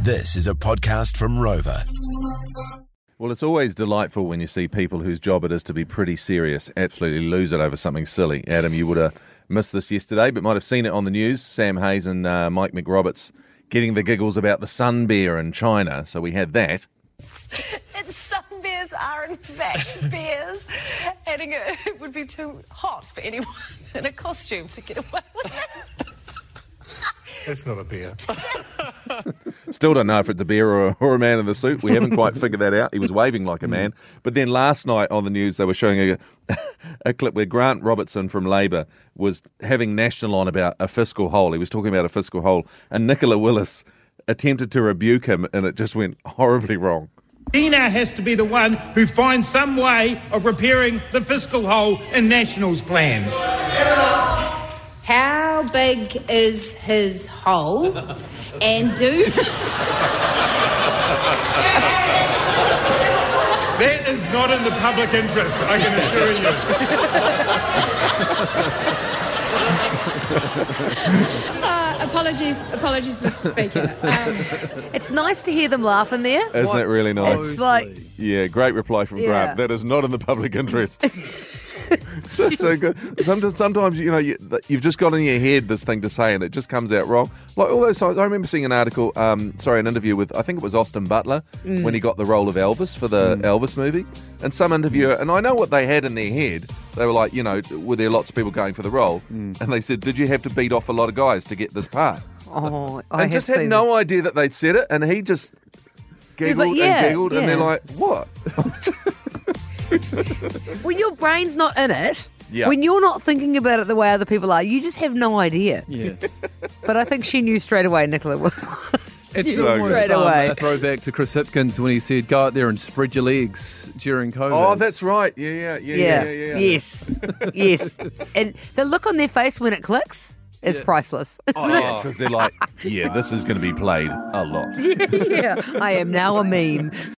This is a podcast from Rover. Well, it's always delightful when you see people whose job it is to be pretty serious absolutely lose it over something silly. Adam, you would have missed this yesterday, but might have seen it on the news. Sam Hayes and uh, Mike McRoberts getting the giggles about the sun bear in China. So we had that. And some bears are in fact bears. Adding it, it would be too hot for anyone in a costume to get away with it. It's not a beer. Still don't know if it's a bear or a, or a man in the suit. We haven't quite figured that out. He was waving like a man. But then last night on the news, they were showing a, a clip where Grant Robertson from Labour was having National on about a fiscal hole. He was talking about a fiscal hole, and Nicola Willis attempted to rebuke him, and it just went horribly wrong. He now has to be the one who finds some way of repairing the fiscal hole in National's plans. How big is his hole? And do That is not in the public interest, I can assure you. apologies, apologies, Mr. Speaker. Um, It's nice to hear them laughing there. Isn't it really nice? It's like Yeah, great reply from Yeah. Grant. That is not in the public interest. so, so good. Sometimes, sometimes you know you, that you've just got in your head this thing to say, and it just comes out wrong. Like all those times, I remember seeing an article, um, sorry, an interview with I think it was Austin Butler Mm. when he got the role of Elvis for the Elvis movie, and some interviewer, and I know what they had in their head. They were like, you know, were there lots of people going for the role? Mm. And they said, did you have to beat off a lot of guys to get this part? oh, And I have just had seen no idea that they'd said it, and he just was giggled like, "Yeah, and giggled, and they're yeah." like, what? that. When your brain's not in it, Yeah. when you're not thinking about it the way other people are, you just have no idea. Yeah. But I think she knew straight away, Nicola. It's so good. Straight away. a throwback to Chris Hipkins when he said, go out there and spread your legs during COVID. Oh, that's right. Yeah, yeah, yeah, yeah, yeah. yeah. yeah, Yes. yes. And the look on their face when it clicks is priceless. Oh. Because they're like, yeah, this is going to be played a lot. yeah. I am now a meme.